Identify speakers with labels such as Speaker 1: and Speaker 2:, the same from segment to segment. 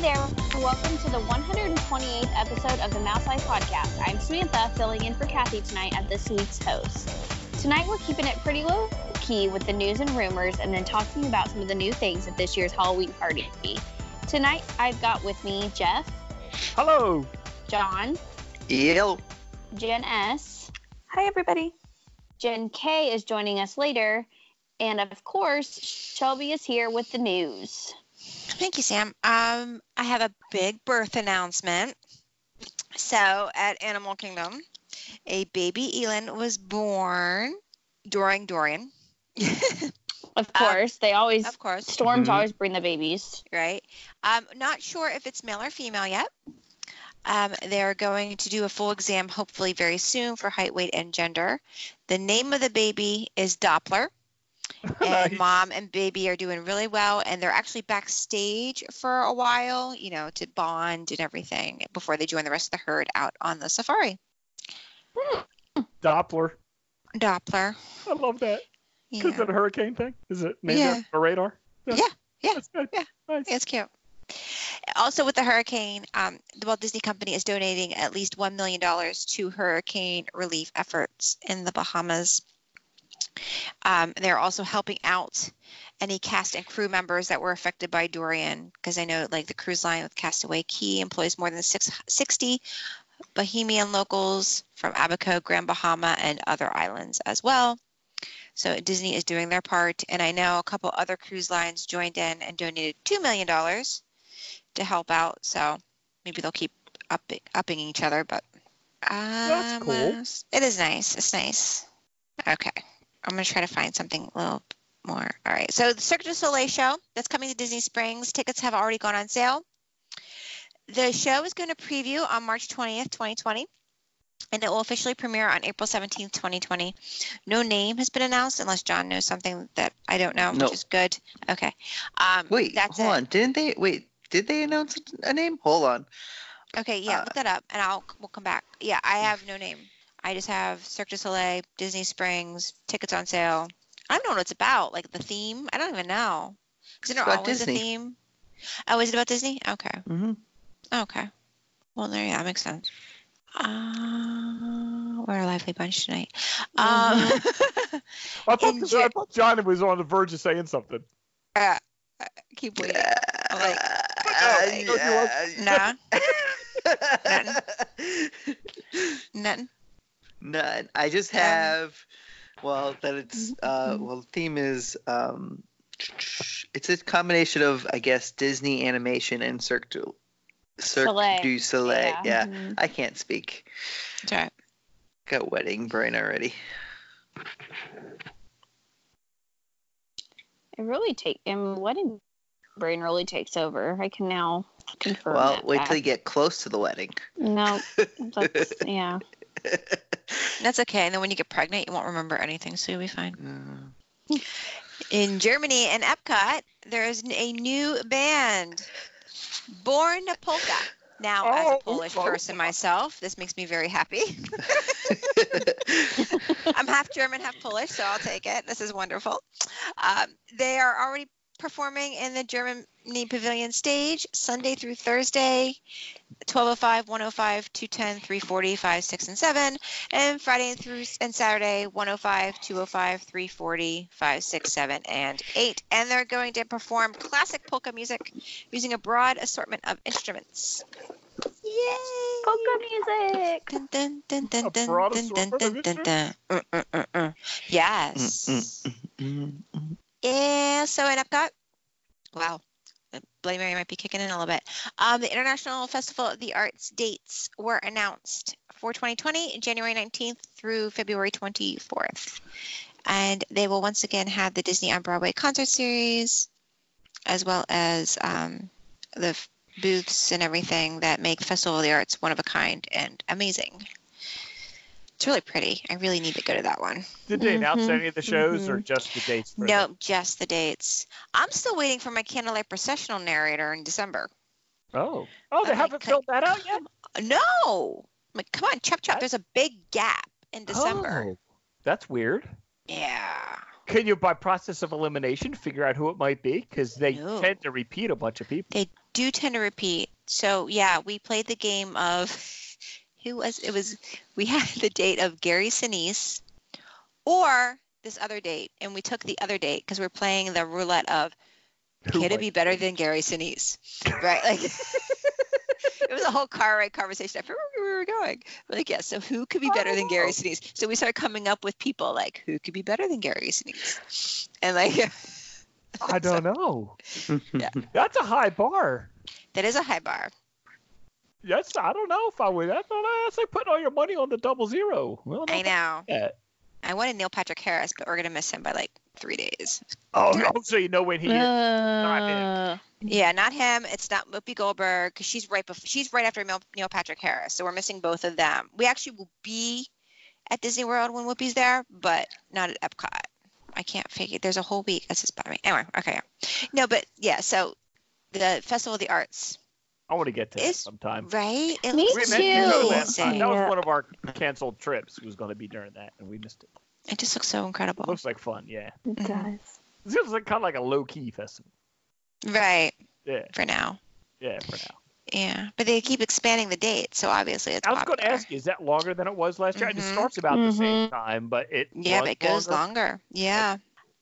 Speaker 1: there. Welcome to the 128th episode of the Mouse Life Podcast. I'm Samantha, filling in for Kathy tonight as this week's host. Tonight, we're keeping it pretty low key with the news and rumors and then talking about some of the new things at this year's Halloween party. Tonight, I've got with me Jeff,
Speaker 2: Hello.
Speaker 1: John,
Speaker 3: Yelp.
Speaker 1: Jen S.
Speaker 4: Hi, everybody.
Speaker 1: Jen K is joining us later. And of course, Shelby is here with the news.
Speaker 5: Thank you, Sam. Um, I have a big birth announcement. So, at Animal Kingdom, a baby eland was born during Dorian,
Speaker 1: Of
Speaker 5: Um,
Speaker 1: course, they always,
Speaker 5: of course,
Speaker 1: storms
Speaker 2: Mhm.
Speaker 1: always bring the babies.
Speaker 5: right? Um, not sure if it's male or female yet. Um, they're going to do a full exam, hopefully very soon, for height, weight, and gender. The name of the baby is Doppler. and mom and baby are doing really well and they're actually backstage for a while you know to bond and everything before they join the rest of the herd out on the safari
Speaker 2: Doppler.
Speaker 5: doppler
Speaker 2: I love that.
Speaker 5: yeah,
Speaker 2: Is it a hurricane thing? Is it named
Speaker 5: Yeah.
Speaker 2: after a radar?
Speaker 5: Yeah, yeah,
Speaker 2: That's good.
Speaker 5: yeah.
Speaker 2: Nice.
Speaker 5: it's cute also with the hurricane um, the walt disney company is donating at least $1 million to hurricane relief efforts in the bahamas um, they're also helping out any cast and crew members that were affected by Dorian, because I know like the cruise line with Castaway Key employs more than six, 60 Bahamian locals from Abaco, Grand Bahama, and other islands as well. So Disney is doing their part, and I know a couple other cruise lines joined in and donated two million dollars to help out. So maybe they'll keep up, upping each other, but um,
Speaker 2: cool.
Speaker 5: it is nice. It's nice. Okay. I'm gonna try to find something a little more. All right. So the Cirque du Soleil show that's coming to Disney Springs. Tickets have already gone on sale. The show is going to preview on March 20th, 2020, and it will officially premiere on April 17th, 2020. No name has been announced unless John knows something that I don't know,
Speaker 3: No.
Speaker 5: which is good. Okay. Um,
Speaker 3: Wait,
Speaker 5: that's
Speaker 3: hold
Speaker 5: it.
Speaker 3: on. Didn't they? Wait, did they announce a name? Hold on.
Speaker 5: Okay, yeah,
Speaker 3: Uh,
Speaker 5: look that up, and I'll we'll come back. Yeah, I have no name. I just have Cirque du Soleil, Disney Springs, tickets on sale. I don't know what it's about, like the theme. I don't even know. Isn't there
Speaker 3: about
Speaker 5: always
Speaker 3: Disney.
Speaker 5: a theme? Oh, is it about Disney? Okay,
Speaker 3: Mm-hmm.
Speaker 5: okay. Well, there, yeah, that makes sense. Uh, we're a lively bunch tonight. Um,
Speaker 2: I, thought,
Speaker 5: in
Speaker 2: this-
Speaker 5: Jan-
Speaker 2: I thought John was on the verge of saying something.
Speaker 5: uh, keep waiting. I'm like, oh,
Speaker 2: no,
Speaker 3: Uh,
Speaker 5: nah,
Speaker 3: yeah.
Speaker 5: nothing.
Speaker 3: None. I just
Speaker 5: Um, mm-hmm,
Speaker 3: have. Well, that it's. Uh, well, the theme is. Um, it's a combination of, I guess, Disney animation and Cirque du Cirque
Speaker 1: Soleil.
Speaker 3: du Soleil.
Speaker 1: Yeah.
Speaker 3: yeah.
Speaker 1: Mhm.
Speaker 5: Mm-hmm.
Speaker 3: I can't speak.
Speaker 5: It's all right.
Speaker 3: Got wedding brain already.
Speaker 1: It really take and wedding brain really takes over. I can now confirm.
Speaker 3: Well,
Speaker 1: that
Speaker 3: wait
Speaker 1: fact.
Speaker 3: till you get close to the wedding.
Speaker 1: No, that's, yeah.
Speaker 5: That's okay. And then when you get pregnant, you won't remember anything, so you'll be fine.
Speaker 3: Mm.
Speaker 5: In Germany and Epcot, there is a new band, Born Polka. Now, as
Speaker 2: Oh,
Speaker 5: a Polish
Speaker 2: polka.
Speaker 5: person myself, this makes me very happy. I'm half German, half Polish, so I'll take it. This is wonderful. Um, they are already performing in the Germany Pavilion stage Sunday through Thursday, 1205, 105, 210, 340, 5, 6, and 7, and Friday through and Saturday, 105, 205, 340, 5, 6, 7, and 8. And they're going to perform classic polka music using a broad assortment of instruments. Yay!
Speaker 1: Polka music.
Speaker 5: Dun, dun, dun, dun,
Speaker 2: A
Speaker 5: dun,
Speaker 2: broad
Speaker 5: dun, dun,
Speaker 2: assortment of
Speaker 5: dun, dun, dun. Mm, mm, mm, mm. Yes.
Speaker 3: Mm.
Speaker 5: Yeah. So in Epcot, wow, Bloody Mary might be kicking in a little bit. Um, the International Festival of the Arts dates were announced for 2020, January 19th through February 24th, and they will once again have the Disney on Broadway concert series, as well as um, the f- booths and everything that make Festival of the Arts one of a kind and amazing. It's really pretty. I really need to go to that one.
Speaker 2: Did they announce
Speaker 1: Mhm.
Speaker 2: any of the shows or just the dates? for
Speaker 5: Mm-hmm. Nope, just the dates. I'm still waiting for my candlelight processional narrator in December.
Speaker 2: them? Oh. Oh, they
Speaker 5: Okay,
Speaker 2: haven't
Speaker 5: cut.
Speaker 2: filled that out yet?
Speaker 5: No, I'm like come on, chop chop. There's a big gap in December.
Speaker 2: Oh, that's weird.
Speaker 5: Yeah,
Speaker 2: Can you, by process of elimination, figure out who it might be? Because they
Speaker 5: No.
Speaker 2: tend to repeat a bunch of people.
Speaker 5: They do tend to repeat. So yeah, we played the game of who was it was we had the date of Gary Sinise or this other date, and we took the other date because we're playing the roulette of
Speaker 2: Who
Speaker 5: could
Speaker 2: might
Speaker 5: it be better than Gary Sinise, right? Like it was a whole car ride conversation. I forgot where we were going. We're like, yeah, so who could be better than Gary
Speaker 2: Oh.
Speaker 5: Sinise? So we started coming up with people like who could be better than Gary Sinise, and like
Speaker 2: I don't know.
Speaker 5: Yeah.
Speaker 2: That's a high bar.
Speaker 5: that is a high bar.
Speaker 2: That's I don't know if I would. I don't know. That's like putting all your money on the double zero. Well,
Speaker 5: I
Speaker 2: no,
Speaker 5: know.
Speaker 2: Yeah.
Speaker 5: I wanted Neil Patrick Harris, but we're gonna miss him by like three days.
Speaker 2: Oh, no, so you know when he.
Speaker 1: Uh,
Speaker 5: Yeah, not him. It's not Whoopi Goldberg because she's right before she's right after Neil, Neil Patrick Harris, so we're missing both of them. We actually will be at Disney World when Whoopi's there, but not at Epcot. I can't figure. There's a whole week. That's just bothering me. Anyway, okay. No, but yeah. So the Festival of the Arts,
Speaker 2: I want to get to that
Speaker 5: It's-
Speaker 2: sometime.
Speaker 5: right? It
Speaker 1: Me
Speaker 5: looks
Speaker 2: We
Speaker 1: It's
Speaker 2: meant to go
Speaker 1: cute.
Speaker 2: last time.
Speaker 5: amazing.
Speaker 2: That was
Speaker 1: Yeah.
Speaker 2: one of our canceled trips. Was going to be during that, and we missed it.
Speaker 5: It just looks so incredible.
Speaker 2: Looks like fun. Yeah.
Speaker 1: it
Speaker 5: Mhm.
Speaker 1: does.
Speaker 2: It seems like kind of like a low key festival.
Speaker 5: Right
Speaker 2: Yeah.
Speaker 5: for now.
Speaker 2: Yeah. For now.
Speaker 5: Yeah, but they keep expanding the date, so obviously it's.
Speaker 2: I was going to
Speaker 5: popular.
Speaker 2: ask you, is that longer than it was last year? It
Speaker 5: Mhm.
Speaker 2: starts about the same time, but it.
Speaker 5: Yeah,
Speaker 2: runs
Speaker 5: but it goes
Speaker 2: longer.
Speaker 5: longer. Yeah.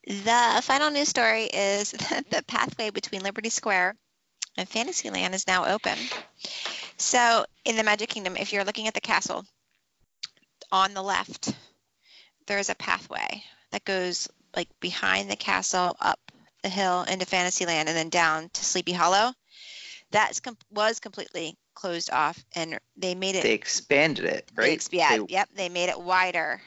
Speaker 5: The final news story is that the pathway between Liberty Square and Fantasyland is now open. So in the Magic Kingdom, if you're looking at the castle, on the left, there is a pathway that goes like behind the castle, up the hill into Fantasyland, and then down to Sleepy Hollow. That com- was completely closed off, and they made it
Speaker 3: They expanded it,
Speaker 5: they
Speaker 3: right?
Speaker 5: ex- yeah,
Speaker 3: They-
Speaker 5: yep. They made it wider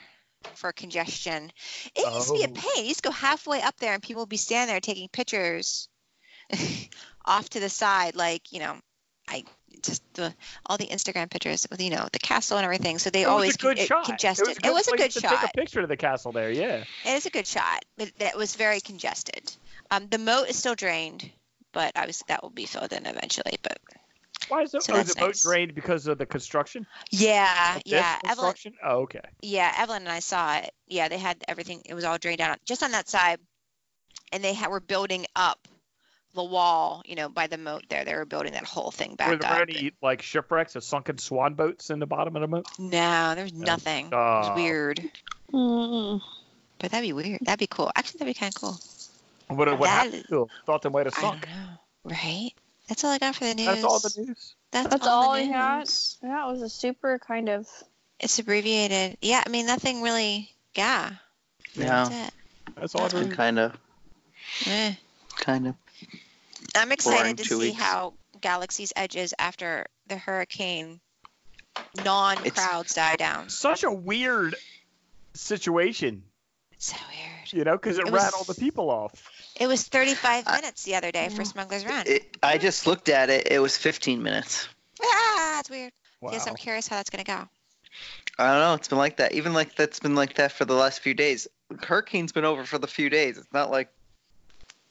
Speaker 5: for congestion. It used to be a
Speaker 2: Oh.
Speaker 5: pain. You used to go halfway up there, and people would be standing there taking pictures off to the side, like you know, I just the all the Instagram pictures with you know the castle and everything. So they
Speaker 2: It
Speaker 5: always
Speaker 2: was a good
Speaker 5: it
Speaker 2: shot.
Speaker 5: congested.
Speaker 2: It was a good,
Speaker 5: good
Speaker 2: place to
Speaker 5: shot.
Speaker 2: Take a picture of the castle there. Yeah.
Speaker 5: It is a good shot, but that was very congested. Um, the moat is still drained, but obviously that will be filled in eventually. But
Speaker 2: Why is it?
Speaker 5: So
Speaker 2: oh, is
Speaker 5: that's
Speaker 2: the boat
Speaker 5: nice.
Speaker 2: drained because of the construction?
Speaker 5: yeah,
Speaker 2: Of this
Speaker 5: Uh, yeah. Evelyn,
Speaker 2: Construction. Oh, okay.
Speaker 5: Yeah, Evelyn and I saw it. Yeah, they had everything. It was all drained out just on that side, and they had, were building up the wall. You know, by the moat there, they were building that whole thing back
Speaker 2: Were there
Speaker 5: up.
Speaker 2: any like shipwrecks or sunken swan boats in the bottom of the moat?
Speaker 5: No, there was nothing. it
Speaker 2: Oh.
Speaker 5: was weird,
Speaker 1: Mm.
Speaker 5: but that'd be weird. That'd be cool. Actually, that'd be kind of cool.
Speaker 2: What, what
Speaker 5: That
Speaker 2: happened?
Speaker 5: is-
Speaker 2: to them? Thought they might have
Speaker 5: I
Speaker 2: sunk.
Speaker 5: don't know, right? That's all I got for the news.
Speaker 2: That's all the news.
Speaker 5: That's,
Speaker 1: That's
Speaker 5: all,
Speaker 1: all
Speaker 5: the
Speaker 1: I got.
Speaker 5: news.
Speaker 1: That was a super kind of.
Speaker 5: It's abbreviated. Yeah, I mean nothing really. Yeah,
Speaker 3: No,
Speaker 5: that's
Speaker 2: That's all.
Speaker 5: Uh-uh.
Speaker 2: the news.
Speaker 3: kind of,
Speaker 5: it. Eh.
Speaker 3: kind of.
Speaker 5: I'm
Speaker 3: Boring
Speaker 5: excited to
Speaker 3: two
Speaker 5: see
Speaker 3: weeks.
Speaker 5: how Galaxy's Edge is after the hurricane non crowds die down.
Speaker 2: Such a weird situation,
Speaker 5: So weird.
Speaker 2: you know, because it,
Speaker 5: It was-
Speaker 2: ran all the people off.
Speaker 5: It was 35
Speaker 3: I-
Speaker 5: minutes the other day for Smuggler's Run.
Speaker 3: It, I just looked at it. It was 15 minutes.
Speaker 5: ah, that's weird.
Speaker 2: Wow.
Speaker 5: Yes, I'm curious how that's going to go.
Speaker 3: I don't know. It's been like that. Even like that's been like that for the last few days. Hurricane's been over for the few days. It's not like.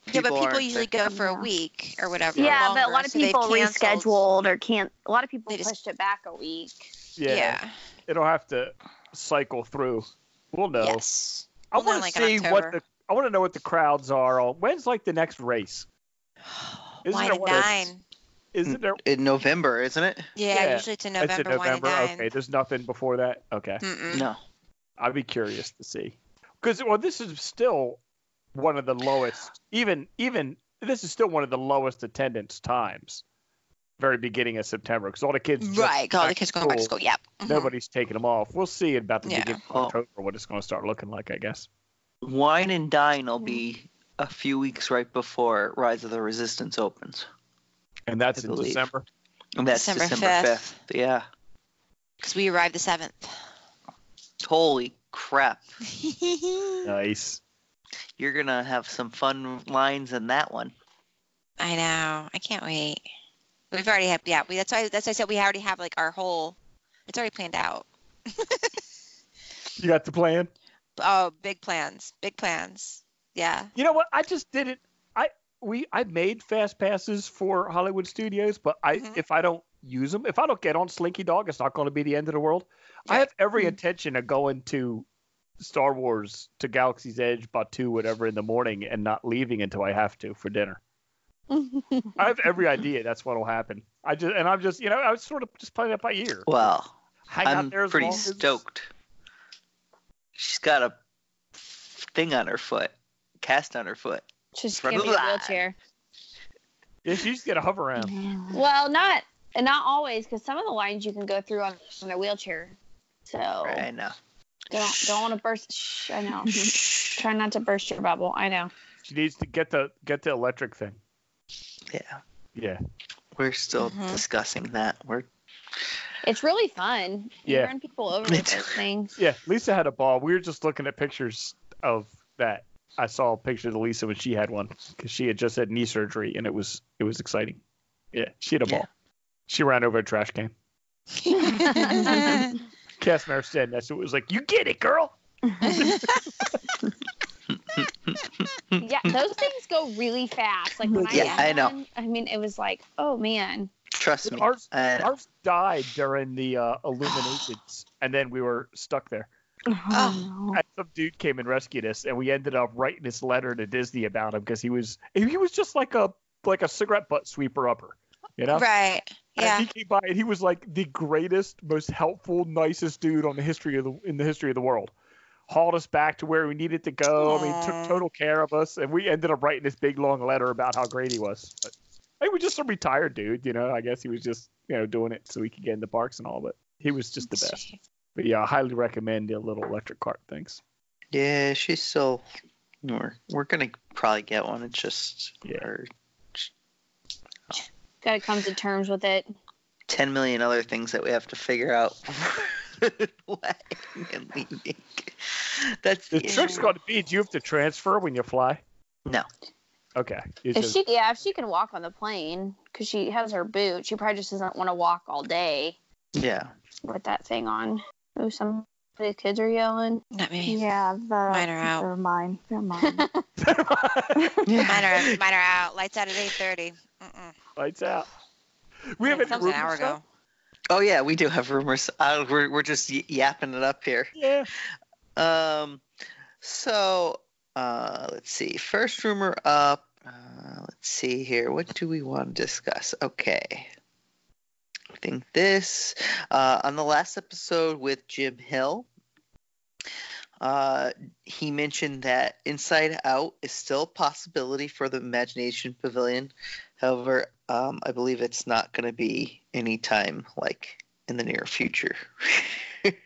Speaker 5: yeah, but people
Speaker 3: aren't
Speaker 5: usually
Speaker 3: sick.
Speaker 5: go for a week or whatever.
Speaker 1: Yeah, but a
Speaker 5: longer,
Speaker 1: lot of
Speaker 5: so they've
Speaker 1: people
Speaker 5: canceled.
Speaker 1: rescheduled or can't. A lot of people
Speaker 5: They just-
Speaker 1: pushed it back a week.
Speaker 5: Yeah.
Speaker 2: it'll have to cycle through. We'll know.
Speaker 5: Yes.
Speaker 2: I
Speaker 5: We'll know,
Speaker 2: want to
Speaker 5: like, in
Speaker 2: see what
Speaker 5: October.
Speaker 2: the I want to know what the crowds are. on. When's like the next race? Isn't
Speaker 5: Wine
Speaker 2: it
Speaker 5: and
Speaker 2: one of those-
Speaker 5: dine.
Speaker 2: Isn't there?
Speaker 3: in November, isn't it?
Speaker 5: Yeah,
Speaker 2: Yeah.
Speaker 5: usually it's in
Speaker 2: It's
Speaker 5: Mm. November,
Speaker 2: in November.
Speaker 5: wine and
Speaker 2: Okay,
Speaker 5: dine.
Speaker 2: there's nothing before that. Okay,
Speaker 5: Mm-mm.
Speaker 3: No.
Speaker 2: I'd be curious to see because well, this is still one of the lowest. Even even this is still one of the lowest attendance times. Very beginning of September because all the kids just-
Speaker 5: Right, all the
Speaker 2: back
Speaker 5: kids
Speaker 2: to
Speaker 5: going back to
Speaker 2: school.
Speaker 5: school. Yep. Mhm.
Speaker 2: Nobody's taking them off. We'll see about the
Speaker 5: Yeah.
Speaker 2: beginning of
Speaker 3: Oh.
Speaker 2: October what it's going to start looking like, I guess.
Speaker 3: Wine and Dine will
Speaker 5: Mm.
Speaker 3: be a few weeks right before Rise of the Resistance opens.
Speaker 2: And that's
Speaker 3: I
Speaker 2: in
Speaker 3: believe.
Speaker 2: December.
Speaker 3: And that's
Speaker 5: December
Speaker 3: December,
Speaker 5: 5th.
Speaker 3: 5th. Yeah.
Speaker 5: Because we arrived the 7th.
Speaker 3: Holy crap.
Speaker 2: Nice.
Speaker 3: You're going to have some fun lines in that one.
Speaker 5: I know. I can't wait. We've already had yeah. We, that's why that's why I said we already have like our whole. It's already planned out.
Speaker 2: You got the plan.
Speaker 5: Oh, big plans, big plans. Yeah.
Speaker 2: You know what? I just didn't. I we I made fast passes for Hollywood Studios, but I
Speaker 3: Mm-hmm.
Speaker 5: Mhm.
Speaker 2: if I don't use them, if I don't get on Slinky Dog, it's not going to be the end of the world. I
Speaker 3: Mm-hmm.
Speaker 5: Right.
Speaker 2: have every
Speaker 5: Mhm.
Speaker 2: intention of going to Star Wars to Galaxy's Edge, Batu, whatever, in the morning, and not leaving until I have to for dinner. I have every idea that's what'll happen. I just and I'm just you know I was sort of just playing it by ear.
Speaker 3: Well,
Speaker 2: Hang out
Speaker 3: I'm
Speaker 2: there as
Speaker 3: pretty
Speaker 2: long as-
Speaker 3: stoked. She's got a thing on her foot, cast on her foot.
Speaker 1: Just
Speaker 3: From
Speaker 1: give me a
Speaker 3: the line.
Speaker 1: wheelchair.
Speaker 2: Yeah, she's gonna hover around.
Speaker 1: Well, not and not always, because some of the lines you can go through on, on a wheelchair. So
Speaker 3: Right now.
Speaker 1: don't don't want to burst. Shh, I know. Mm-hmm. Try not to burst your bubble. I know.
Speaker 2: She needs to get the get the electric thing.
Speaker 3: Yeah,
Speaker 2: Yeah,
Speaker 3: we're still
Speaker 5: Mhm.
Speaker 3: discussing that. We're
Speaker 1: It's really fun. You
Speaker 2: Yeah.
Speaker 1: run people over
Speaker 3: Me
Speaker 1: with
Speaker 3: too.
Speaker 1: those things.
Speaker 2: yeah. Lisa had a ball. We were just looking at pictures of that. I saw a picture of Lisa when she had one because she had just had knee surgery and it was it was exciting. Yeah, she had a
Speaker 3: Yeah.
Speaker 2: ball. She ran over a trash can. Kastner said that's what it was like. You get it, girl.
Speaker 1: yeah, those things go really fast. Like when
Speaker 3: Yeah,
Speaker 1: I,
Speaker 3: I know.
Speaker 1: know. I mean, it was like, oh man.
Speaker 3: trust me.
Speaker 2: Ours,
Speaker 3: I know.
Speaker 2: ours died during the uh, illuminations, and then we were stuck there.
Speaker 5: Oh.
Speaker 2: And some dude came and rescued us, and we ended up writing this letter to Disney about him because he was he was just like a like a cigarette butt sweeper upper, you know.
Speaker 5: Right.
Speaker 2: And
Speaker 5: Yeah.
Speaker 2: he came by and he was like the greatest, most helpful, nicest dude on the history of the in the history of the world. Hauled us back to where we needed to go. I mean,
Speaker 5: Aw.
Speaker 2: took total care of us, and we ended up writing this big long letter about how great he was. But he was just a retired dude, you know. I guess he was just you know doing it so he could get in the parks and all, but he was just the best. But yeah, I highly recommend the little electric cart things.
Speaker 3: Yeah, she's still. We're we're gonna probably get one. It's just
Speaker 2: Yeah.
Speaker 3: her
Speaker 1: Gotta come to terms with it.
Speaker 3: ten million other things that we have to figure out. Flying and leaning. That's
Speaker 2: The
Speaker 3: the issue.
Speaker 2: trick's going to be: do you have to transfer when you fly?
Speaker 3: No.
Speaker 2: Okay.
Speaker 1: If
Speaker 2: It's just-
Speaker 1: she, yeah, if she can walk on the plane, because she has her boot, she probably just doesn't want to walk all day
Speaker 3: Yeah.
Speaker 1: with that thing on. Oh, some of the kids are yelling.
Speaker 5: Not me.
Speaker 4: Yeah, the,
Speaker 5: Mine are out.
Speaker 4: They're mine. They're mine.
Speaker 5: Mine are mine are out. Lights out at 8:30. Mm-mm.
Speaker 2: Lights out. We have
Speaker 5: That
Speaker 2: any
Speaker 5: was an
Speaker 2: rumors
Speaker 5: hour
Speaker 2: left?
Speaker 5: ago.
Speaker 3: Oh yeah, we do have rumors. Uh, we're we're just y- yapping it up here.
Speaker 2: Yeah.
Speaker 3: Um, so uh, let's see. First rumor up. Uh, let's see here. What do we want to discuss? Okay. I think this uh, on the last episode with Jim Hill. Uh, he mentioned that Inside Out is still a possibility for the Imagination Pavilion. However, um, I believe it's not going to be anytime like in the near future.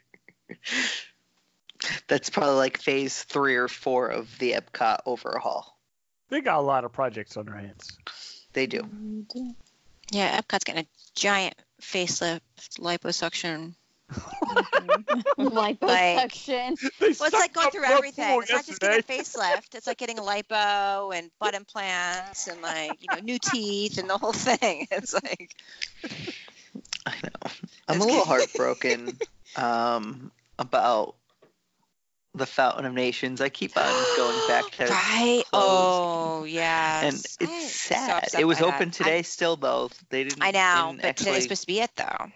Speaker 3: That's probably like phase three or four of the Epcot overhaul.
Speaker 2: They got a lot of projects on their hands.
Speaker 3: They do.
Speaker 5: Yeah, Epcot's getting a giant facelift, liposuction.
Speaker 1: like,
Speaker 5: Like-
Speaker 1: suction.
Speaker 2: They
Speaker 5: Well, it's like going through everything. It's not just getting a facelift. It's like getting a lipo and butt implants and like you know new teeth and the whole thing. It's like
Speaker 3: I know. I'm
Speaker 5: That's
Speaker 3: a little
Speaker 5: good.
Speaker 3: heartbroken um, about the Fountain of Nations. I keep on going back to,
Speaker 5: right. Oh yeah.
Speaker 3: and it's sad. it was open today, still though. They didn't.
Speaker 5: I know,
Speaker 3: didn't
Speaker 5: but
Speaker 3: actually-
Speaker 5: today's supposed to be it though.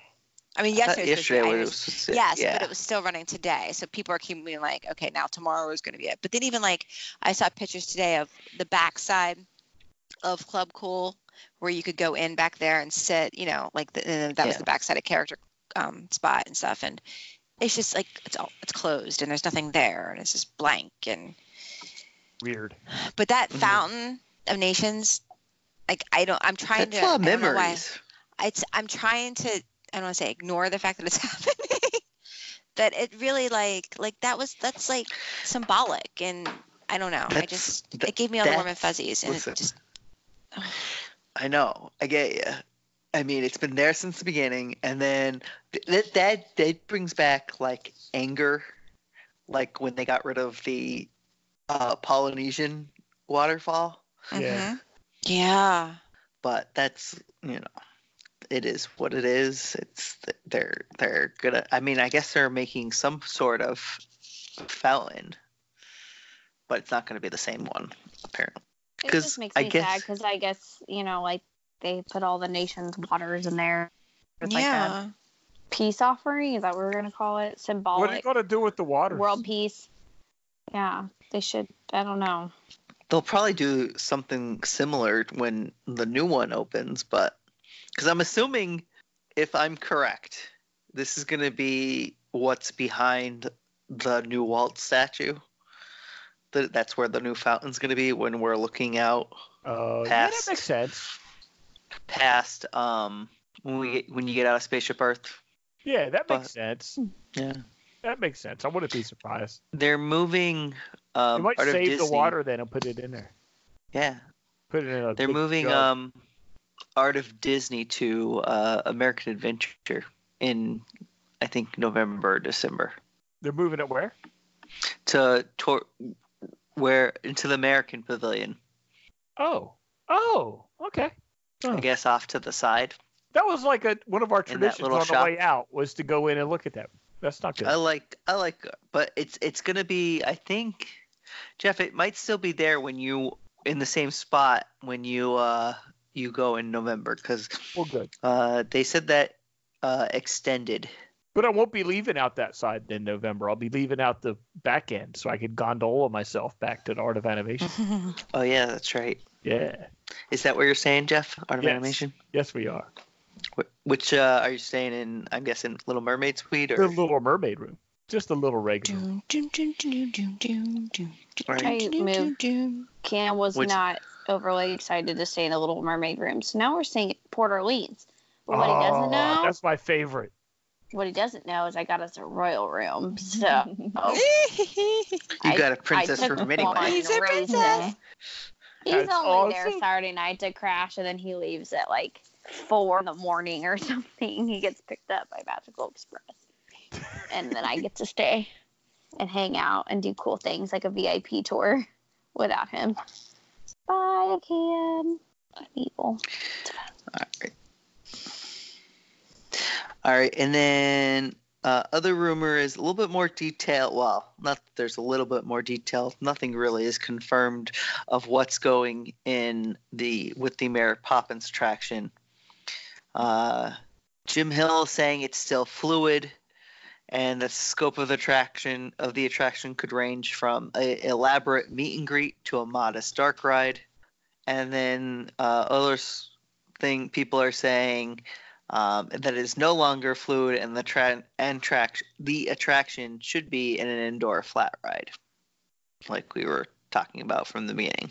Speaker 5: I mean,
Speaker 3: I thought
Speaker 5: yesterday. was supposed to be-
Speaker 3: yesterday
Speaker 5: I
Speaker 3: was,
Speaker 5: know,
Speaker 3: was
Speaker 5: Yes,
Speaker 3: yeah.
Speaker 5: but it was still running today. So people are keeping being like, okay, now tomorrow is going to be it. But then even like I saw pictures today of the backside of Club Cool where you could go in back there and sit, you know, like the, and that was
Speaker 3: Yeah.
Speaker 5: the backside of character um, spot and stuff. And it's just like it's all it's closed and there's nothing there and it's just blank. And
Speaker 2: Weird.
Speaker 5: but that
Speaker 3: Mhm.
Speaker 5: fountain of nations, like I don't, I'm trying
Speaker 3: That's
Speaker 5: to
Speaker 3: a lot of
Speaker 5: I don't know why-
Speaker 3: memories.
Speaker 5: it's I'm trying to I don't want to say ignore the fact that it's happening. that it really like like that was that's like symbolic and I don't know. I
Speaker 3: That's-
Speaker 5: just
Speaker 3: tha-
Speaker 5: it gave me all the warm
Speaker 3: that-
Speaker 5: and fuzzies and
Speaker 3: listen.
Speaker 5: it just
Speaker 3: I know. I get you. I mean, it's been there since the beginning, and then th- that that that brings back like anger, like when they got rid of the uh, Polynesian waterfall.
Speaker 2: Yeah.
Speaker 5: mhm. Yeah.
Speaker 3: But that's you know, it is what it is. It's they're they're gonna. I mean, I guess they're making some sort of fountain, but it's not going to be the same one apparently.
Speaker 1: It
Speaker 3: 'Cause
Speaker 1: just makes
Speaker 3: I
Speaker 1: me
Speaker 3: guess-
Speaker 1: sad because I guess you know, like they put all the nation's waters in there. It's Like um,
Speaker 5: yeah.
Speaker 1: a peace offering. Is that what we're gonna call it?
Speaker 2: What are you
Speaker 1: Symbolic
Speaker 2: going to do with the water?
Speaker 1: world peace. Yeah, they should. I don't know.
Speaker 3: They'll probably do something similar when the new one opens, but because I'm assuming, if I'm correct, this is going to be what's behind the new Walt statue. Th- That's where the new fountain's going to be when we're looking out
Speaker 2: Uh, yeah, that
Speaker 3: Past.
Speaker 2: makes sense.
Speaker 3: past um when we get, when you get out of spaceship Earth.
Speaker 2: Yeah, that
Speaker 3: But-
Speaker 2: makes sense.
Speaker 3: Yeah.
Speaker 2: That makes sense. I wouldn't be surprised.
Speaker 3: They're moving.
Speaker 2: They
Speaker 3: Um,
Speaker 2: might
Speaker 3: part of
Speaker 2: save the
Speaker 3: Disney-
Speaker 2: water then and put it in there.
Speaker 3: Yeah,
Speaker 2: Put it in a.
Speaker 3: they're
Speaker 2: big
Speaker 3: moving
Speaker 2: jar.
Speaker 3: um, Art of Disney to uh, American Adventure in I think November or December
Speaker 2: They're moving it where?
Speaker 3: to tor- where into the American Pavilion.
Speaker 2: Oh. Oh. Okay. Oh.
Speaker 3: I guess off to the side.
Speaker 2: That was like a one of our traditions
Speaker 3: little
Speaker 2: on the
Speaker 3: shop.
Speaker 2: way out was to go in and look at that. That's not good.
Speaker 3: I like I like, but it's it's gonna be I think, Jeff. It might still be there when you in the same spot when you uh you go in November because
Speaker 2: well, good.
Speaker 3: uh they said that uh extended.
Speaker 2: But I won't be leaving out that side in November. I'll be leaving out the back end so I could gondola myself back to the Art of Animation.
Speaker 3: Oh yeah, that's right.
Speaker 2: yeah.
Speaker 3: Is that what you're saying, Jeff? Art of
Speaker 2: Yes.
Speaker 3: Animation.
Speaker 2: Yes, we are.
Speaker 3: Wh- Which uh, are you staying in? I'm guessing Little Mermaid Suite,
Speaker 2: The
Speaker 3: or
Speaker 2: Little Mermaid room. Just a little regular. room.
Speaker 1: I moved. Cam was
Speaker 3: Which-
Speaker 1: not overly excited to stay in the Little Mermaid room, so now we're staying at Port Orleans. But what he
Speaker 2: Oh,
Speaker 1: doesn't know,
Speaker 2: That's my favorite.
Speaker 1: what he doesn't know is I got us a royal room. So
Speaker 5: Oh.
Speaker 3: you
Speaker 1: I-
Speaker 3: got
Speaker 1: I
Speaker 3: a princess
Speaker 1: took
Speaker 3: room
Speaker 1: one
Speaker 3: anyway.
Speaker 5: He's a
Speaker 1: rose
Speaker 5: princess.
Speaker 1: it. He's
Speaker 2: That's
Speaker 1: only there
Speaker 2: awesome.
Speaker 1: Saturday night to crash, and then he leaves at like four in the morning or something. He gets picked up by Magical Express, and then I get to stay and hang out and do cool things like a VIP tour without him. Bye, Cam. I'm evil.
Speaker 3: All right, and then uh, other rumor is a little bit more detail. Well, not that there's a little bit more detail. Nothing really is confirmed of what's going in the with the Mary Poppins traction. Uh, Jim Hill is saying it's still fluid, and the scope of the attraction of the attraction could range from a elaborate meet and greet to a modest dark ride. And then uh, other s- thing people are saying um, that is no longer fluid and the tra- and track the attraction should be in an indoor flat ride, like we were talking about from the beginning,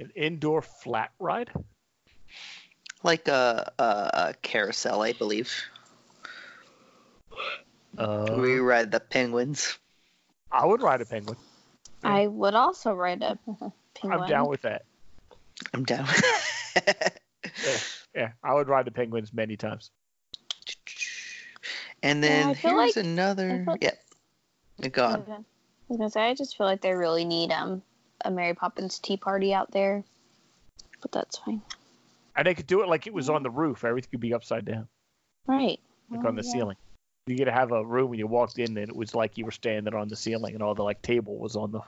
Speaker 2: An indoor flat ride?
Speaker 3: like a, a, a carousel, I believe.
Speaker 2: Uh,
Speaker 3: we ride the penguins.
Speaker 2: I would ride a penguin.
Speaker 1: I would also write a penguin.
Speaker 2: I'm down with that.
Speaker 3: I'm down.
Speaker 2: Yeah, I would ride the penguins many times.
Speaker 3: and
Speaker 1: Yeah,
Speaker 3: then
Speaker 1: I feel
Speaker 3: here's
Speaker 1: like-
Speaker 3: another.
Speaker 1: I feel-
Speaker 3: Yep. Go on.
Speaker 1: I was gonna say, I just feel like they really need um a Mary Poppins tea party out there, but that's fine.
Speaker 2: And they could do it like it was
Speaker 1: Mm.
Speaker 2: on the roof. Everything could be upside down,
Speaker 1: Right.
Speaker 2: like
Speaker 1: Oh,
Speaker 2: on the ceiling. You could have a room when you walked in that it was like you were standing on the ceiling and all the like table was on the,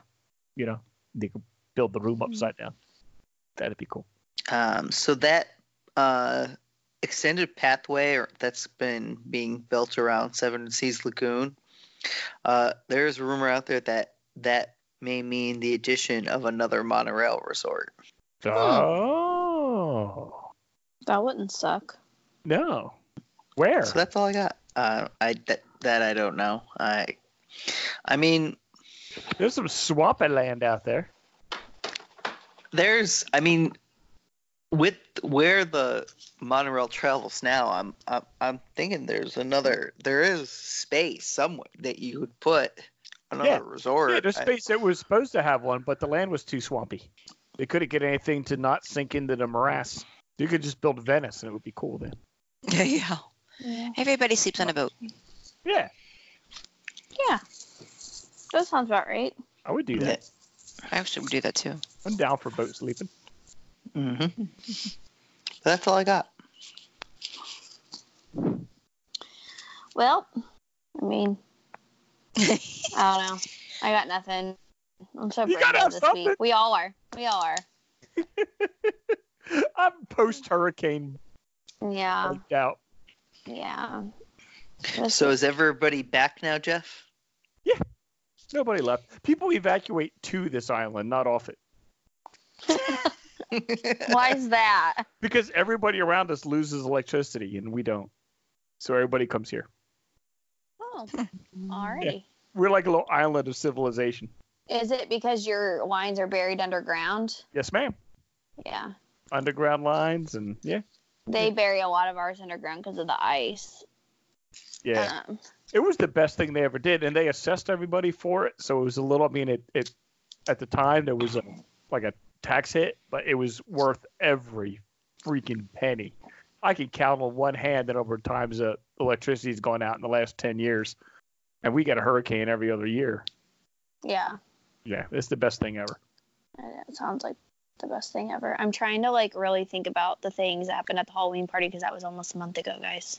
Speaker 2: you know, they could build the room upside down. That'd be cool.
Speaker 3: Um, so that uh, extended pathway or- that's been being built around Seven Seas Lagoon, uh, there is a rumor out there that that may mean the addition of another monorail resort.
Speaker 2: Oh
Speaker 1: That wouldn't suck.
Speaker 2: no, where?
Speaker 3: So that's all I got. Uh, I that that I don't know. I I mean,
Speaker 2: There's some swampy land out there.
Speaker 3: there's I mean, with where the monorail travels now, I'm I'm, I'm thinking there's another there is space somewhere that you could put another
Speaker 2: Yeah.
Speaker 3: resort.
Speaker 2: Yeah, there's
Speaker 3: I-
Speaker 2: space that was supposed to have one, but the land was too swampy. They couldn't get anything to not sink into the morass. You could just build Venice, and it would be cool then.
Speaker 5: yeah.
Speaker 1: Yeah.
Speaker 5: Everybody sleeps on a boat.
Speaker 2: Yeah,
Speaker 1: That sounds about right.
Speaker 2: I would do that.
Speaker 3: Yeah.
Speaker 5: I should do that too.
Speaker 2: I'm down for boat sleeping.
Speaker 3: Mhm. That's all I got.
Speaker 1: Well, I mean, I don't know. I got nothing. I'm so
Speaker 2: You
Speaker 1: brave
Speaker 2: gotta have
Speaker 1: this
Speaker 2: something.
Speaker 1: week. We all are. We all are.
Speaker 2: I'm post hurricane
Speaker 1: Yeah.
Speaker 2: out.
Speaker 1: Yeah. This-
Speaker 3: So is everybody back now, Jeff?
Speaker 2: Yeah. Nobody left. People evacuate to this island, not off it,
Speaker 1: Why is that?
Speaker 2: because everybody around us loses electricity and we don't. So everybody comes here.
Speaker 1: Oh, alrighty.
Speaker 2: We're like a little island of civilization.
Speaker 1: Is it because your lines are buried underground?
Speaker 2: Yes, ma'am.
Speaker 1: Yeah.
Speaker 2: Underground lines and yeah,
Speaker 1: They bury a lot of ours underground because of the ice.
Speaker 2: yeah.
Speaker 1: Um,
Speaker 2: it was the best thing they ever did, and they assessed everybody for it. So it was a little. I mean, it, it at the time there was a, like a tax hit, but it was worth every freaking penny. I can count on one hand that over times uh, electricity's gone out in the last ten years, and we get a hurricane every other year.
Speaker 1: yeah.
Speaker 2: Yeah, it's the best thing ever.
Speaker 1: It sounds like the best thing ever. I'm trying to like really think about the things that happened at the Halloween party because that was almost a month ago, guys.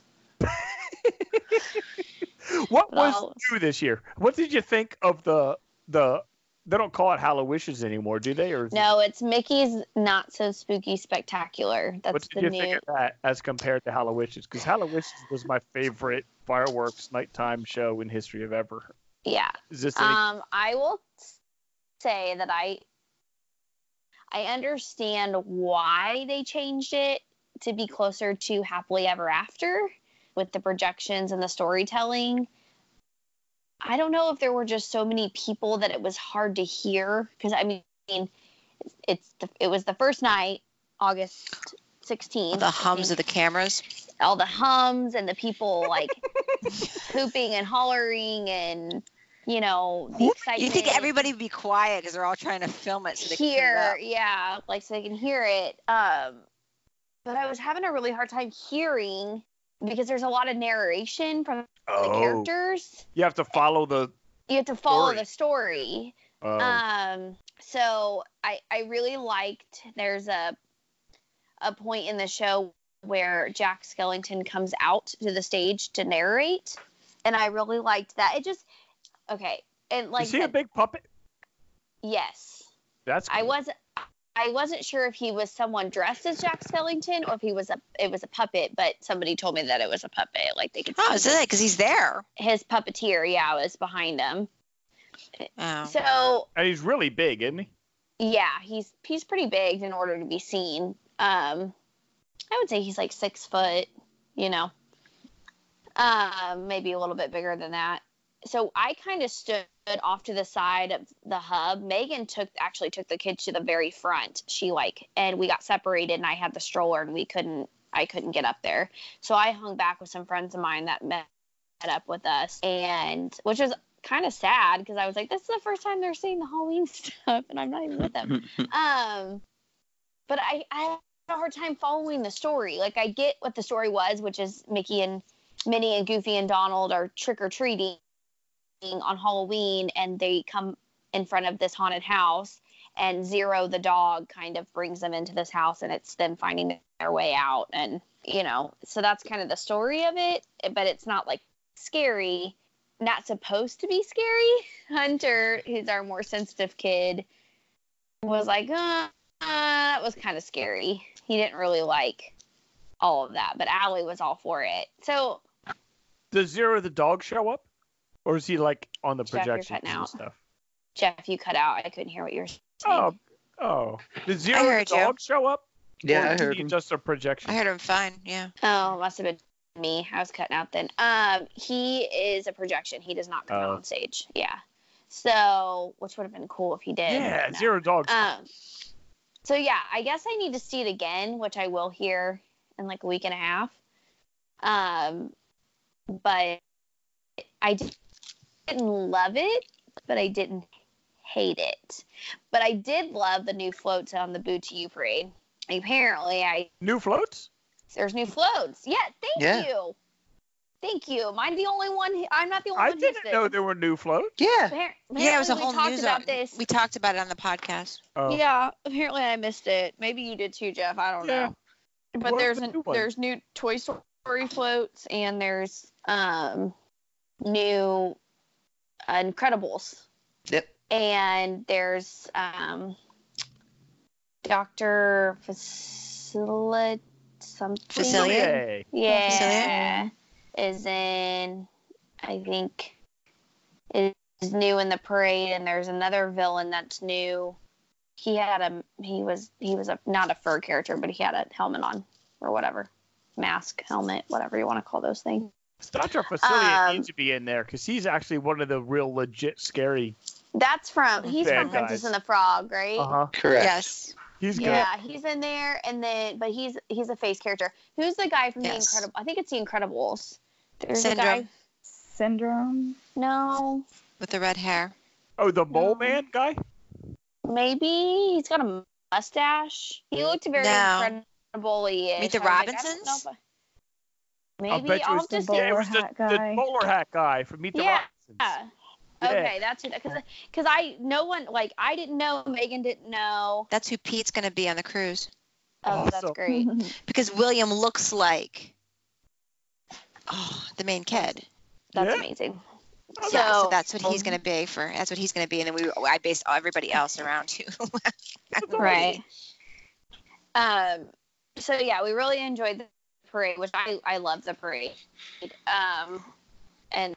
Speaker 2: What was
Speaker 1: Well-
Speaker 2: new this year? What did you think of the the? They don't call it Hallowishes anymore, do they? Or is it-
Speaker 1: No, it's Mickey's not so spooky spectacular. That's
Speaker 2: What did
Speaker 1: the
Speaker 2: you
Speaker 1: new.
Speaker 2: think of that as compared to Hallowishes? Because Hallowishes was my favorite fireworks nighttime show in history of ever.
Speaker 1: Yeah.
Speaker 2: Is this any-
Speaker 1: Um, I will s- say that I I understand why they changed it to be closer to Happily Ever After with the projections and the storytelling. I don't know if there were just so many people that it was hard to hear because I mean it's, it's the, it was the first night August 16th.
Speaker 5: The hums of the cameras.
Speaker 1: all the hums and the people like hooping and hollering and you know the excitement
Speaker 5: You think everybody would be quiet because they're all trying to film it so they
Speaker 1: hear
Speaker 5: can
Speaker 1: yeah like so they can hear it um but i was having a really hard time hearing because there's a lot of narration from
Speaker 3: Oh.
Speaker 5: Oh.
Speaker 1: the characters
Speaker 2: you have to follow the.
Speaker 1: you have to follow
Speaker 2: Story.
Speaker 1: the story
Speaker 2: Oh,
Speaker 1: um, so I I really liked there's a a point in the show where Jack Skellington comes out to the stage to narrate, and I really liked that. It just okay, and like
Speaker 2: is he a
Speaker 1: the-
Speaker 2: big puppet?
Speaker 1: yes,
Speaker 2: That's.
Speaker 1: I
Speaker 2: cool.
Speaker 1: was I wasn't sure if he was someone dressed as Jack Skellington or if he was a it was a puppet, but somebody told me that it was a puppet. Like they could
Speaker 5: Oh, is that because he's there?
Speaker 1: his puppeteer, yeah, was behind him.
Speaker 5: Oh.
Speaker 1: So
Speaker 2: And he's really big, isn't he?
Speaker 1: yeah he's he's pretty big in order to be seen um i would say he's like six foot you know um maybe a little bit bigger than that so i kind of stood off to the side of the hub megan took actually took the kids to the very front she like and we got separated and i had the stroller and we couldn't i couldn't get up there so i hung back with some friends of mine that met met up with us and which was kind of sad because I was like, this is the first time they're seeing the Halloween stuff, and I'm not even with them. um, but I, I had a hard time following the story. Like, I get what the story was, which is Mickey and Minnie and Goofy and Donald are trick or treating on Halloween, and they come in front of this haunted house, and Zero the dog kind of brings them into this house, and it's them finding their way out, and you know, so that's kind of the story of it. But it's not like scary not supposed to be scary. Hunter, who's our more sensitive kid, was like, uh, uh, that was kind of scary. He didn't really like all of that, but Allie was all for it. So
Speaker 2: Does Zero the dog show up, or is he like on the
Speaker 1: Jeff, you're
Speaker 2: projection
Speaker 1: cutting
Speaker 2: and
Speaker 1: out.
Speaker 2: stuff?
Speaker 1: Jeff, you cut out. I couldn't hear what you were saying.
Speaker 2: Oh, oh. Does Zero the
Speaker 5: heard you.
Speaker 2: dog show up? or
Speaker 3: yeah, I
Speaker 2: is
Speaker 3: heard
Speaker 2: he
Speaker 3: him.
Speaker 2: just a projection.
Speaker 5: I heard him fine. Yeah.
Speaker 1: Oh, must have been me. I was cutting out then. Um, he is a projection. He does not come out
Speaker 2: Oh.
Speaker 1: on stage. Yeah. So, which would have been cool if he did.
Speaker 2: yeah,
Speaker 1: but no.
Speaker 2: Zero dog.
Speaker 1: Um, so yeah, I guess I need to see it again, which I will here in like a week and a half. Um, but I di- didn't love it, but I didn't hate it. But I did love the new floats on the Boo to You parade. Apparently, I
Speaker 2: New floats.
Speaker 1: there's new floats. Yeah, thank
Speaker 3: Yeah.
Speaker 1: you, thank you. Am I the only one? who- I'm not the only
Speaker 2: I
Speaker 1: one. who's
Speaker 2: didn't know there were new floats.
Speaker 3: Yeah.
Speaker 1: Appar-
Speaker 5: Yeah, it was a
Speaker 1: apparently
Speaker 5: whole
Speaker 1: we talked
Speaker 5: news
Speaker 1: about
Speaker 5: on-
Speaker 1: this.
Speaker 5: We talked about it on the podcast.
Speaker 2: Oh.
Speaker 1: Yeah, apparently I missed it. Maybe you did too, Jeff. I don't
Speaker 2: Yeah.
Speaker 1: know. But
Speaker 2: What
Speaker 1: there's
Speaker 2: was
Speaker 1: a,
Speaker 2: the new one?
Speaker 1: there's new Toy Story floats and there's um new uh, Incredibles
Speaker 3: Yep.
Speaker 1: and there's um Doctor Facilit something.
Speaker 2: Yay.
Speaker 5: Facilier?
Speaker 1: Yeah, is in I think is new in the parade, and there's another villain that's new. He had a he was he was a not a fur character, but he had a helmet on or whatever, mask, helmet, whatever you want to call those things.
Speaker 2: Sandra Facilia
Speaker 1: Um,
Speaker 2: needs to be in there because he's actually one of the real legit scary.
Speaker 1: That's from he's
Speaker 2: Bad
Speaker 1: from Princess
Speaker 2: guys.
Speaker 1: and the Frog, right?
Speaker 2: Uh huh.
Speaker 3: Correct.
Speaker 5: Yes.
Speaker 2: He's good.
Speaker 1: yeah, he's in there, and then but he's he's a face character. Who's the guy from
Speaker 5: Yes.
Speaker 1: the Incredible? I think it's the Incredibles. There's
Speaker 5: Syndrome
Speaker 1: a guy.
Speaker 4: Syndrome.
Speaker 1: No,
Speaker 5: with the red hair.
Speaker 2: Oh, the
Speaker 1: Um,
Speaker 2: mole man guy.
Speaker 1: maybe he's got a mustache. He looked very
Speaker 5: Mm, No.
Speaker 1: incredible.
Speaker 5: Meet the Robinsons?
Speaker 2: I'll
Speaker 1: Maybe
Speaker 2: bet you
Speaker 1: I'll
Speaker 2: it's
Speaker 4: the
Speaker 1: just
Speaker 4: Bowler
Speaker 2: yeah, it was the,
Speaker 4: hat
Speaker 2: the
Speaker 4: guy.
Speaker 2: bowler hat guy from Meet the
Speaker 1: Yeah.
Speaker 2: Robinsons.
Speaker 1: yeah. Okay, that's because because I no one like I didn't know Megan didn't know.
Speaker 5: That's who Pete's going to be on the cruise
Speaker 1: Oh,
Speaker 2: Awesome.
Speaker 1: that's great.
Speaker 5: because William looks like oh, the main kid.
Speaker 1: That's
Speaker 2: Yeah.
Speaker 1: amazing.
Speaker 2: Okay.
Speaker 5: yeah, so
Speaker 1: So-
Speaker 5: that's what he's going to be for. That's what he's going to be, and then we I based all everybody else around who.
Speaker 1: right um so yeah we really enjoyed the parade which i i love the parade um and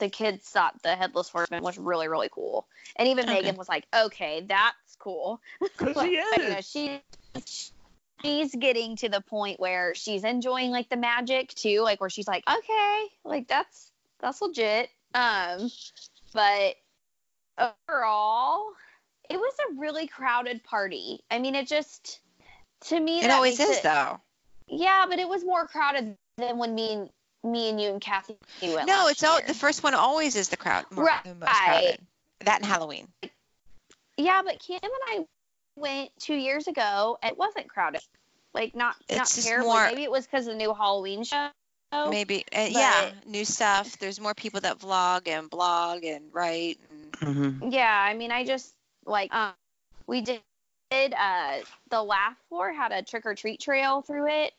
Speaker 1: the kids thought the headless horseman was really really cool and even
Speaker 5: Okay.
Speaker 1: megan was like okay that's cool
Speaker 2: Because
Speaker 1: Like,
Speaker 2: he
Speaker 1: you know,
Speaker 2: is.
Speaker 1: she she's getting to the point where she's enjoying like the magic too like where she's like okay like that's that's legit um but overall it was a really crowded party i mean it just to me
Speaker 5: it
Speaker 1: that
Speaker 5: always
Speaker 1: makes
Speaker 5: is
Speaker 1: it-
Speaker 5: though.
Speaker 1: yeah but it was more crowded than when me and me and you and kathy went
Speaker 5: No,
Speaker 1: last
Speaker 5: it's all
Speaker 1: year.
Speaker 5: the first one always is the crowd more,
Speaker 1: Right.
Speaker 5: the most crowded. That and Halloween.
Speaker 1: yeah but cam and i went two years ago and it wasn't crowded like not not
Speaker 5: It's just
Speaker 1: terribly
Speaker 5: more-
Speaker 1: maybe it was because of the new halloween show Oh,
Speaker 5: Maybe uh, yeah, new stuff. There's more people that vlog and blog and write. And,
Speaker 3: Mm-hmm.
Speaker 1: Yeah, I mean, I just like um, we did uh, the laugh floor had a trick or treat trail through it,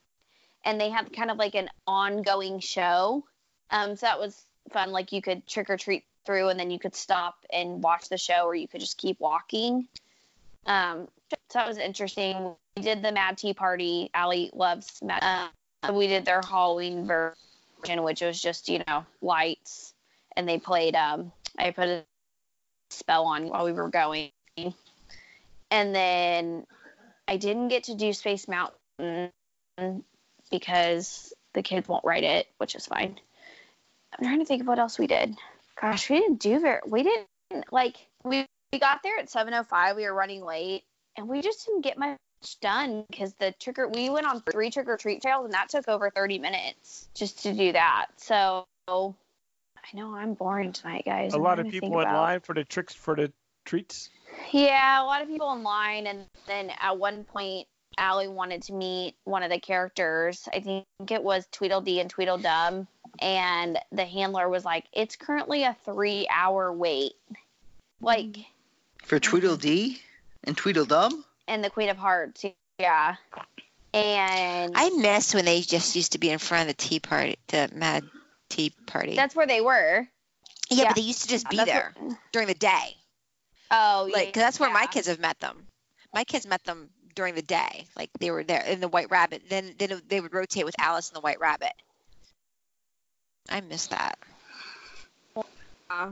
Speaker 1: and they had kind of like an ongoing show. Um, so that was fun. Like you could trick or treat through, and then you could stop and watch the show, or you could just keep walking. Um, so that was interesting. We did the Mad Tea Party. Allie loves Mad. Uh, and we did their Halloween version, which was just you know lights, and they played. Um, I put a spell on while we were going. And then I didn't get to do Space Mountain because the kids won't write it, which is fine. I'm trying to think of what else we did. Gosh, we didn't do very we didn't like we, we got there at seven oh five, we were running late and we just didn't get much done because the trick or we went on three trick or treat trails and that took over thirty minutes just to do that. So I know I'm boring tonight, guys.
Speaker 2: A
Speaker 1: I'm
Speaker 2: lot
Speaker 1: trying
Speaker 2: of
Speaker 1: to think
Speaker 2: people in
Speaker 1: about-
Speaker 2: line for the tricks for the treats.
Speaker 1: yeah, a lot of people online, and then at one point, Allie wanted to meet one of the characters. I think it was Tweedledee and Tweedledum, and the handler was like, "It's currently a three-hour wait." Like,
Speaker 5: Mm-hmm.
Speaker 3: For Tweedledee and Tweedledum?
Speaker 1: and the Queen of Hearts, yeah, and
Speaker 5: I miss when they just used to be in front of the tea party, the mad tea party.
Speaker 1: that's where they were.
Speaker 5: yeah,
Speaker 1: yeah.
Speaker 5: but they used to just be
Speaker 1: That's
Speaker 5: there
Speaker 1: what-
Speaker 5: during the day.
Speaker 1: oh,
Speaker 5: like
Speaker 1: yeah,
Speaker 5: 'cause that's where my
Speaker 1: yeah.
Speaker 5: kids have met them my kids met them during the day like they were there in the white rabbit then then they would rotate with alice and the white rabbit i miss that
Speaker 1: Yeah.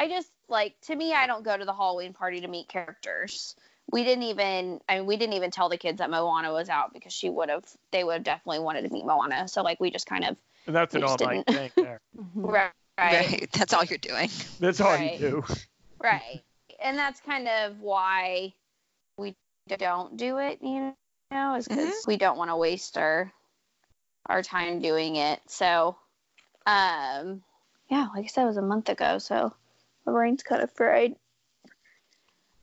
Speaker 1: I just like to me, I don't go to the Halloween party to meet characters. We didn't even, I mean, we didn't even tell the kids that Moana was out because she would have, they would have definitely wanted to meet Moana. So like, we just kind of,
Speaker 2: And that's an
Speaker 1: They
Speaker 2: all
Speaker 1: just
Speaker 2: night thing there.
Speaker 1: right, right,
Speaker 5: that's all you're doing
Speaker 2: That's all
Speaker 1: Right.
Speaker 2: you do.
Speaker 1: right, and that's kind of why we don't do it. You know, is because we don't want to waste our our time doing it. So, um, yeah, like I said, it was a month ago, so my brain's kind of fried.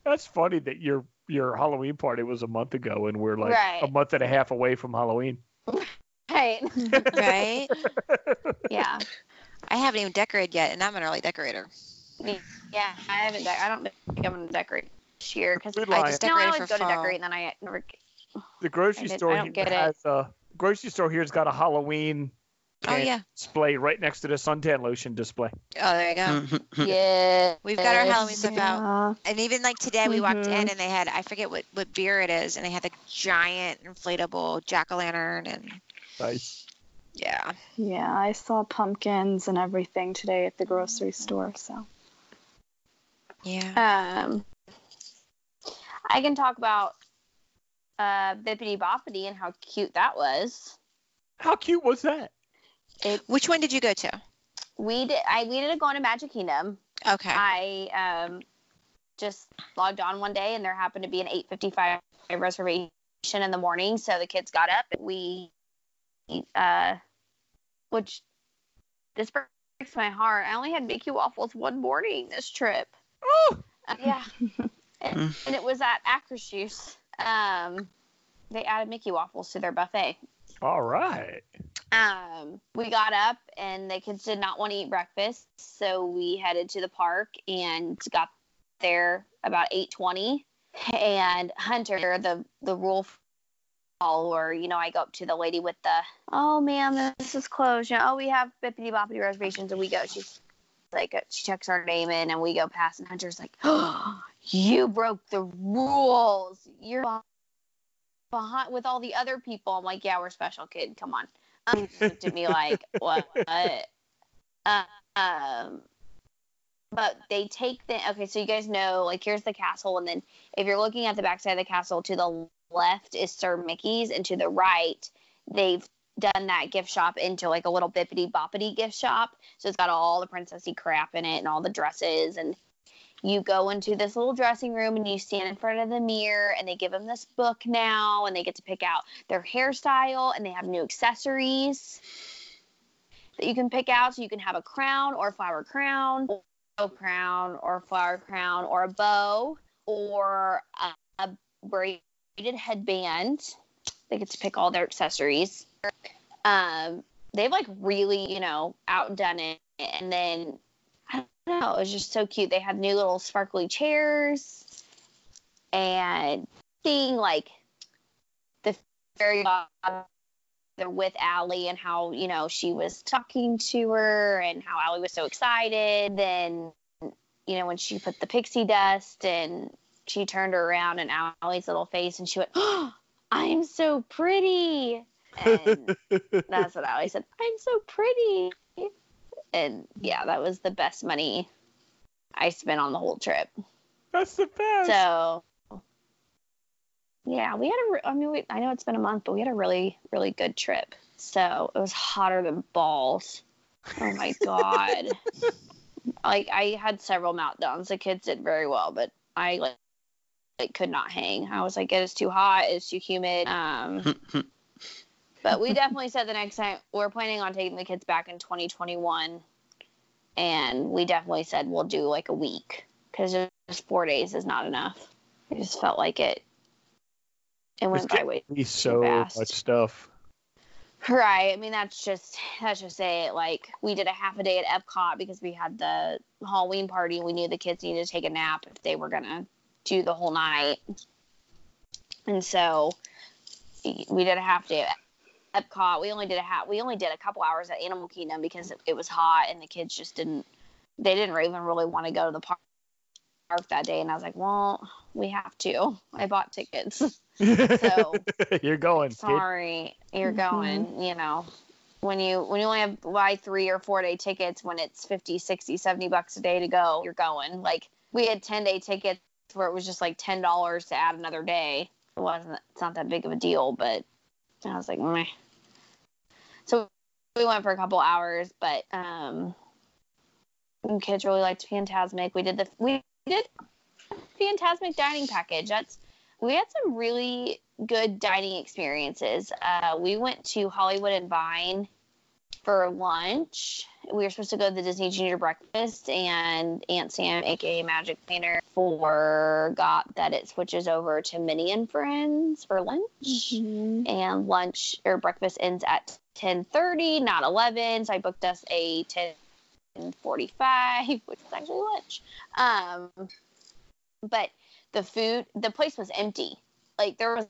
Speaker 2: That's funny that your your Halloween party was a month ago, and we're like
Speaker 1: Right.
Speaker 2: a month and a half away from Halloween.
Speaker 1: Right.
Speaker 5: right
Speaker 1: yeah.
Speaker 5: i haven't even decorated yet and i'm an early decorator
Speaker 1: Yeah, I haven't. De- I don't think I'm gonna decorate this year because
Speaker 2: Food
Speaker 1: I
Speaker 2: line.
Speaker 1: just no, I
Speaker 5: Decorated
Speaker 1: always
Speaker 5: for
Speaker 1: go
Speaker 5: fall.
Speaker 1: to decorate and then I never. get-
Speaker 2: The grocery
Speaker 1: I did-
Speaker 2: store
Speaker 1: I don't
Speaker 2: here
Speaker 1: get it.
Speaker 2: has a grocery store here's got a Halloween
Speaker 5: oh
Speaker 2: and
Speaker 5: yeah
Speaker 2: display right next to the suntan lotion display.
Speaker 5: oh there you go
Speaker 1: Yeah.
Speaker 5: We've got our Halloween stuff out.
Speaker 1: Yeah.
Speaker 5: and even like today we walked in
Speaker 1: Mhm.
Speaker 5: and they had i forget what what beer it is and they had the giant inflatable jack-o'-lantern and
Speaker 2: Nice.
Speaker 5: yeah
Speaker 4: Yeah, I saw pumpkins and everything today at the grocery store. So
Speaker 5: Yeah.
Speaker 1: Um, I can talk about uh, Bippity Boppity and how cute that was.
Speaker 2: How cute was that?
Speaker 1: It
Speaker 5: Which one did you go to?
Speaker 1: we did I we did a go on to Magic Kingdom.
Speaker 5: Okay.
Speaker 1: I um, just logged on one day and there happened to be an 8:55 reservation in the morning, so the kids got up. and We, uh, which this breaks my heart. I only had Mickey waffles one morning this trip.
Speaker 2: Oh,
Speaker 1: Uh, yeah, and, and it was at Actors Juice. Um, they added Mickey waffles to their buffet.
Speaker 2: all right.
Speaker 1: Um, we got up and the kids did not want to eat breakfast, so we headed to the park and got there about eight twenty. And Hunter, the the rule follower, you know, I go up to the lady with the, oh ma'am, this is closed. You know, oh, we have bippity boppity reservations, and we go. She's like, uh, she checks our name in, and we go past, and Hunter's like, oh, you broke the rules. You're behind with all the other people. I'm like, yeah, we're special, kid. Come on um, looked at me like, what? what? Uh, um, but they take the okay. So you guys know, like, here's the castle, and then if you're looking at the backside of the castle, to the left is Sir Mickey's, and to the right, they've done that gift shop into like a little bippity boppity gift shop. So it's got all the princessy crap in it, and all the dresses, and you go into this little dressing room and you stand in front of the mirror and they give them this book now and they get to pick out their hairstyle and they have new accessories that you can pick out so you can have a crown or a flower crown or a crown or a flower crown or a bow or a, a braided headband they get to pick all their accessories um, they've like really you know outdone it and then i don't know it was just so cute they had new little sparkly chairs and seeing like the fairy godmother with Allie and how you know she was talking to her and how Allie was so excited. Then you know when she put the pixie dust and she turned her around and Allie's little face and she went, "Oh, I'm so pretty," and that's what Allie said. I'm so pretty, and yeah, that was the best money I spent on the whole trip.
Speaker 2: That's the best.
Speaker 1: So, yeah, we had a. re- I mean, we, I know it's been a month, but we had a really, really good trip. So it was hotter than balls. Oh my god! like I had several meltdowns. The kids did very well, but I like, like could not hang. I was like, it is too hot. It's too humid. Um, but we definitely said the next time we're planning on taking the kids back in 2021, and we definitely said we'll do like a week because just four days is not enough. I just felt like it. It went by
Speaker 2: getting
Speaker 1: way
Speaker 2: He's so
Speaker 1: fast.
Speaker 2: much stuff.
Speaker 1: Right. I mean, that's just that's just it. Like we did a half a day at Epcot because we had the Halloween party. and We knew the kids needed to take a nap if they were gonna do the whole night, and so we did a half day at Epcot. We only did a half. We only did a couple hours at Animal Kingdom because it, it was hot and the kids just didn't. They didn't even really want to go to the park park that day, and I was like, well, we have to. I bought tickets. So-
Speaker 2: You're going. kid. Mm-hmm.
Speaker 1: sorry you're
Speaker 4: Mhm.
Speaker 1: going you know when you when you only have buy three or four day tickets when it's 50 60 70 bucks a day to go you're going like we had 10 day tickets where it was just like $10 to add another day it wasn't it's not that big of a deal but i was like Meh. so we went for a couple hours but um the kids really liked phantasmic we did the we did phantasmic dining package that's we had some really good dining experiences. Uh, we went to Hollywood and Vine for lunch. We were supposed to go to the Disney Junior Breakfast, and Aunt Sam, aka Magic Planner, forgot that it switches over to Minnie and Friends for lunch and lunch or breakfast ends at 10:30, not 11. So I booked us a 10:45, which is actually lunch. Um, but the food, the place was empty. Like there was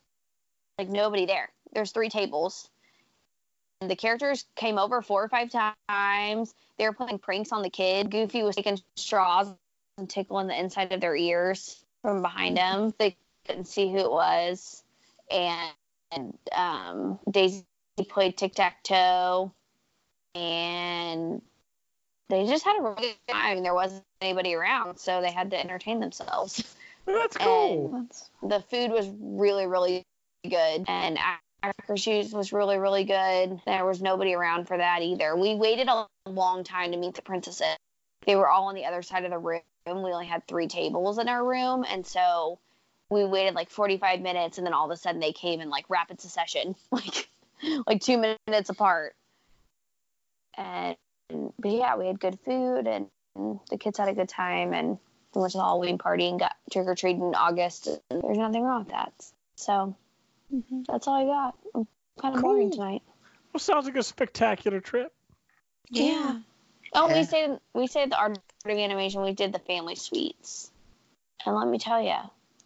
Speaker 1: like nobody there. There's three tables. And the characters came over four or five times. They were playing pranks on the kid. Goofy was taking straws and tickling the inside of their ears from behind them. They couldn't see who it was. And and um, Daisy played tic tac toe, and they just had a really good time. There wasn't anybody around, so they had to entertain themselves.
Speaker 2: That's cool.
Speaker 4: That's
Speaker 1: the food was really really good and Africa shoes was really really good there was nobody around for that either we waited a long time to meet the princesses they were all on the other side of the room we only had three tables in our room and so we waited like 45 minutes and then all of a sudden they came in like rapid succession like like two minutes apart and but yeah we had good food and the kids had a good time and we went to the Halloween party and got trick or treating in August. And there's nothing wrong with that. So
Speaker 4: mm-hmm.
Speaker 1: that's all I got. I'm kind of boring
Speaker 2: Cool.
Speaker 1: tonight.
Speaker 2: Well, sounds like a spectacular trip.
Speaker 5: Yeah.
Speaker 1: Oh,
Speaker 3: Yeah.
Speaker 1: we stayed. We stayed at the Art of Animation. We did the family suites, and let me tell you,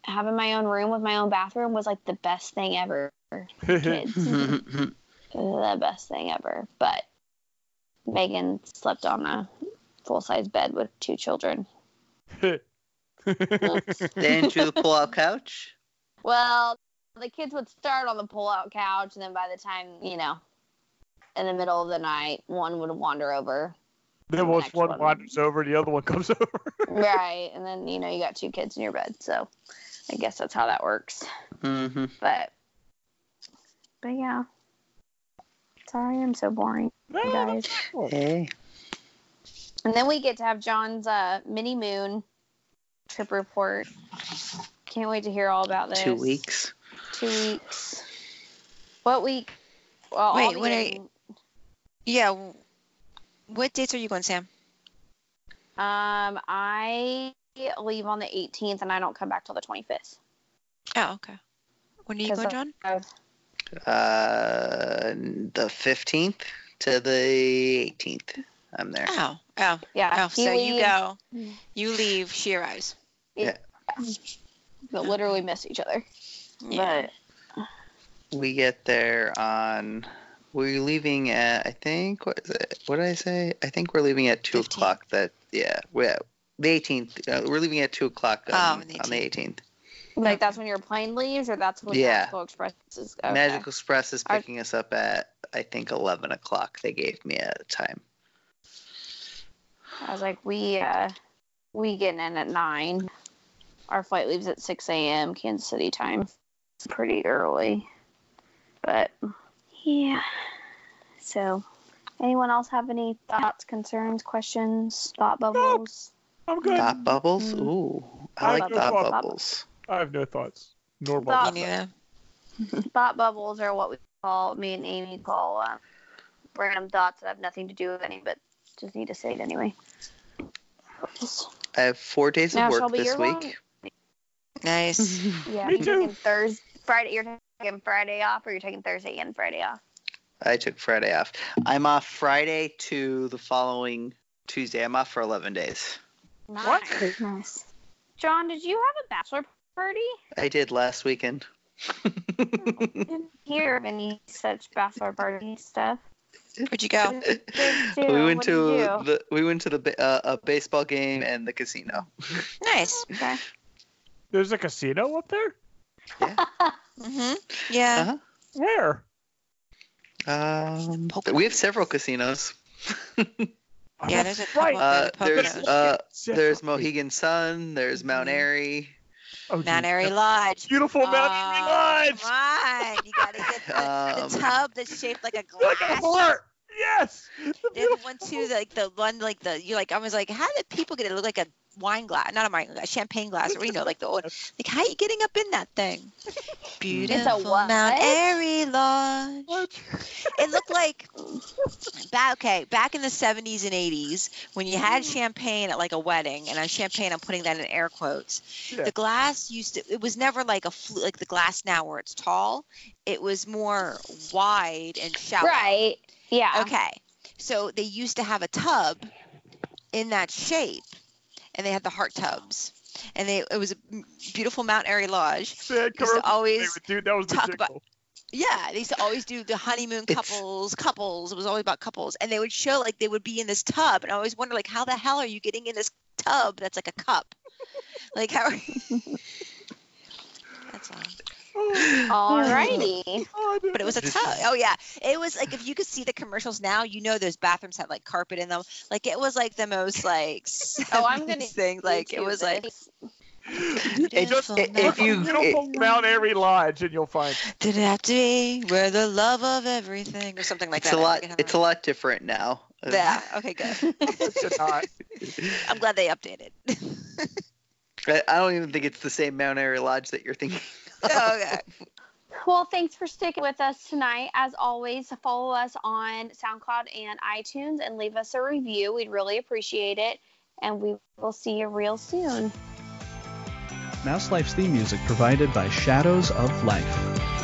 Speaker 1: having my own room with my own bathroom was like the best thing ever. for Kids, the best thing ever. But Megan slept on a full size bed with two children.
Speaker 3: then to the pull-out couch.
Speaker 1: Well, the kids would start on the pull-out couch, and then by the time you know, in the middle of the night, one would wander over,
Speaker 2: then once
Speaker 1: Next
Speaker 2: one
Speaker 1: one.
Speaker 2: wanders over, the other one comes over.
Speaker 1: right? And then you know, you got two kids in your bed, so I guess that's how that works.
Speaker 3: Mm-hmm.
Speaker 1: But, but yeah. Sorry, I'm so boring,
Speaker 2: No,
Speaker 1: you
Speaker 2: no,
Speaker 1: guys.
Speaker 3: Hey.
Speaker 1: And then we get to have John's uh, mini moon trip report. Can't wait to hear all about this.
Speaker 3: Two weeks.
Speaker 1: Two weeks. What week? Well, I'll
Speaker 5: Wait,
Speaker 1: be
Speaker 5: what are
Speaker 1: in-
Speaker 5: Yeah. w- What dates are you going, Sam?
Speaker 1: Um, I leave on the 18th and I don't come back till the 25th.
Speaker 5: Oh, okay. When are you
Speaker 1: 'Cause
Speaker 5: going,
Speaker 1: of-
Speaker 5: John?
Speaker 3: Uh, the 15th to the 18th. I'm there.
Speaker 5: Oh, oh,
Speaker 1: Yeah,
Speaker 5: oh. So you
Speaker 1: leaves.
Speaker 5: go.
Speaker 1: Mm.
Speaker 5: You leave. She arrives.
Speaker 1: But literally miss each other.
Speaker 5: Yeah.
Speaker 3: We get there on. We're leaving at I think what is it? What did I say? I think we're leaving at two
Speaker 5: 15th.
Speaker 3: o'clock. That yeah, we the 18th. Uh, we're leaving at two o'clock
Speaker 5: Oh, on
Speaker 3: on, the
Speaker 5: the
Speaker 3: on the 18th.
Speaker 1: But like that's when your plane leaves, or that's when
Speaker 3: Yeah.
Speaker 1: Magical Express is. Okay.
Speaker 3: Magical Express is
Speaker 1: Are-
Speaker 3: picking us up at I think 11 o'clock. They gave me a time.
Speaker 1: I was like, we uh, we getting in at nine. Our flight leaves at 6 a.m. Kansas City time. It's pretty early, but yeah. So, anyone else have any thoughts, concerns, questions, thought bubbles?
Speaker 2: I'm good.
Speaker 3: Thought bubbles.
Speaker 1: Mm.
Speaker 3: Ooh, I
Speaker 2: I
Speaker 3: like
Speaker 2: go
Speaker 3: thought
Speaker 2: thought
Speaker 3: bubbles.
Speaker 2: I have no thoughts. Normal.
Speaker 1: Thought-
Speaker 5: You knew that.
Speaker 1: thought bubbles are what we call me and Amy call uh, random thoughts that have nothing to do with any, but just need to say it anyway. Just-
Speaker 3: I have four days of
Speaker 1: Now,
Speaker 3: work
Speaker 1: Shelby,
Speaker 3: this
Speaker 1: you're
Speaker 3: week.
Speaker 5: Nice.
Speaker 1: yeah,
Speaker 2: Me
Speaker 1: you're
Speaker 2: too.
Speaker 1: taking Thursday, Friday. You're taking Friday off, or you're taking Thursday and Friday off.
Speaker 3: I took Friday off. I'm off Friday to the following Tuesday. I'm off for 11 days.
Speaker 2: What?
Speaker 1: Nice.
Speaker 4: nice.
Speaker 1: John, did you have a bachelor party?
Speaker 3: I did last weekend.
Speaker 1: I didn't hear of any such bachelor party stuff.
Speaker 5: Where'd you go?
Speaker 1: There's two.
Speaker 3: we went
Speaker 1: What
Speaker 3: to
Speaker 1: did you do?
Speaker 3: the we went to the ba- uh, a baseball game and the casino.
Speaker 5: Nice.
Speaker 1: Okay.
Speaker 2: There's a casino up there?
Speaker 5: hmm Yeah.
Speaker 3: Uh-huh.
Speaker 2: Where?
Speaker 3: Um, we have several casinos.
Speaker 5: Yeah. There's a couple
Speaker 2: Right.
Speaker 5: of
Speaker 3: Uh,
Speaker 5: the
Speaker 3: there's
Speaker 5: Poconos.
Speaker 3: uh,
Speaker 2: Separate.
Speaker 3: there's Mohegan Sun. There's Mount
Speaker 5: Mhm.
Speaker 3: Airy.
Speaker 2: Oh, geez.
Speaker 5: Mount Airy Lodge.
Speaker 2: Beautiful Mount Airy
Speaker 5: Oh,
Speaker 2: Lodge.
Speaker 5: Come on. You gotta get the, the
Speaker 3: Um,
Speaker 5: tub that's shaped like a
Speaker 2: Look at
Speaker 5: glass.
Speaker 2: her. Yes. The
Speaker 5: Then
Speaker 2: beautiful-
Speaker 5: one too, like the one like the you like I was like, how did people get it to look like a wine glass, not a wine glass, champagne glass, or you know, like the old, like how you getting up in that thing? Beautiful
Speaker 1: what?
Speaker 5: Mount Airy Lodge.
Speaker 2: Lodge.
Speaker 5: It looked like back okay back in the 70s and 80s when you had champagne at like a wedding, and on champagne I'm putting that in air quotes.
Speaker 2: Yeah.
Speaker 5: The glass used to it was never like a flu, like the glass now where it's tall. It was more wide and shallow.
Speaker 1: Right. Yeah.
Speaker 5: Okay. So they used to have a tub in that shape, and they had the heart tubs. And they, it was a beautiful Mount Airy Lodge.
Speaker 2: Sad
Speaker 5: Used
Speaker 2: commercial.
Speaker 5: to always,
Speaker 2: Favorite, Dude, that was the
Speaker 5: talk
Speaker 2: jingle.
Speaker 5: about- yeah, they used to always do the honeymoon
Speaker 3: It's-
Speaker 5: couples, couples. It was always about couples. And they would show like they would be in this tub. And I always wonder, like, how the hell are you getting in this tub that's like a cup? like, how are That's all.
Speaker 2: Oh,
Speaker 1: Alrighty.
Speaker 5: but it was a
Speaker 3: This
Speaker 5: tub.
Speaker 3: is-
Speaker 5: Oh yeah, it was like if you could see the commercials now, you know those bathrooms had like carpet in them. Like it was like the most like
Speaker 1: Oh, I'm gonna
Speaker 5: 70s thing. Like it
Speaker 1: YouTube
Speaker 5: was like
Speaker 1: this.
Speaker 5: beautiful.
Speaker 3: if- if
Speaker 5: night.
Speaker 3: you-
Speaker 2: Beautiful Mount Airy Lodge, and you'll find.
Speaker 5: did it have to be where the love of everything or something like
Speaker 3: it's
Speaker 5: that.
Speaker 3: a
Speaker 5: I
Speaker 3: lot.
Speaker 5: forget how
Speaker 3: It's
Speaker 5: it-
Speaker 3: a lot different now.
Speaker 5: Yeah. Okay. Good.
Speaker 2: It's not.
Speaker 5: I'm glad they updated.
Speaker 3: I I don't even think it's the same Mount Airy Lodge that you're thinking.
Speaker 5: okay.
Speaker 1: Well, thanks for sticking with us tonight. As always, follow us on SoundCloud and iTunes and leave us a review. We'd really appreciate it. And we will see you real soon.
Speaker 6: Mouse Life's theme music provided by Shadows of Life.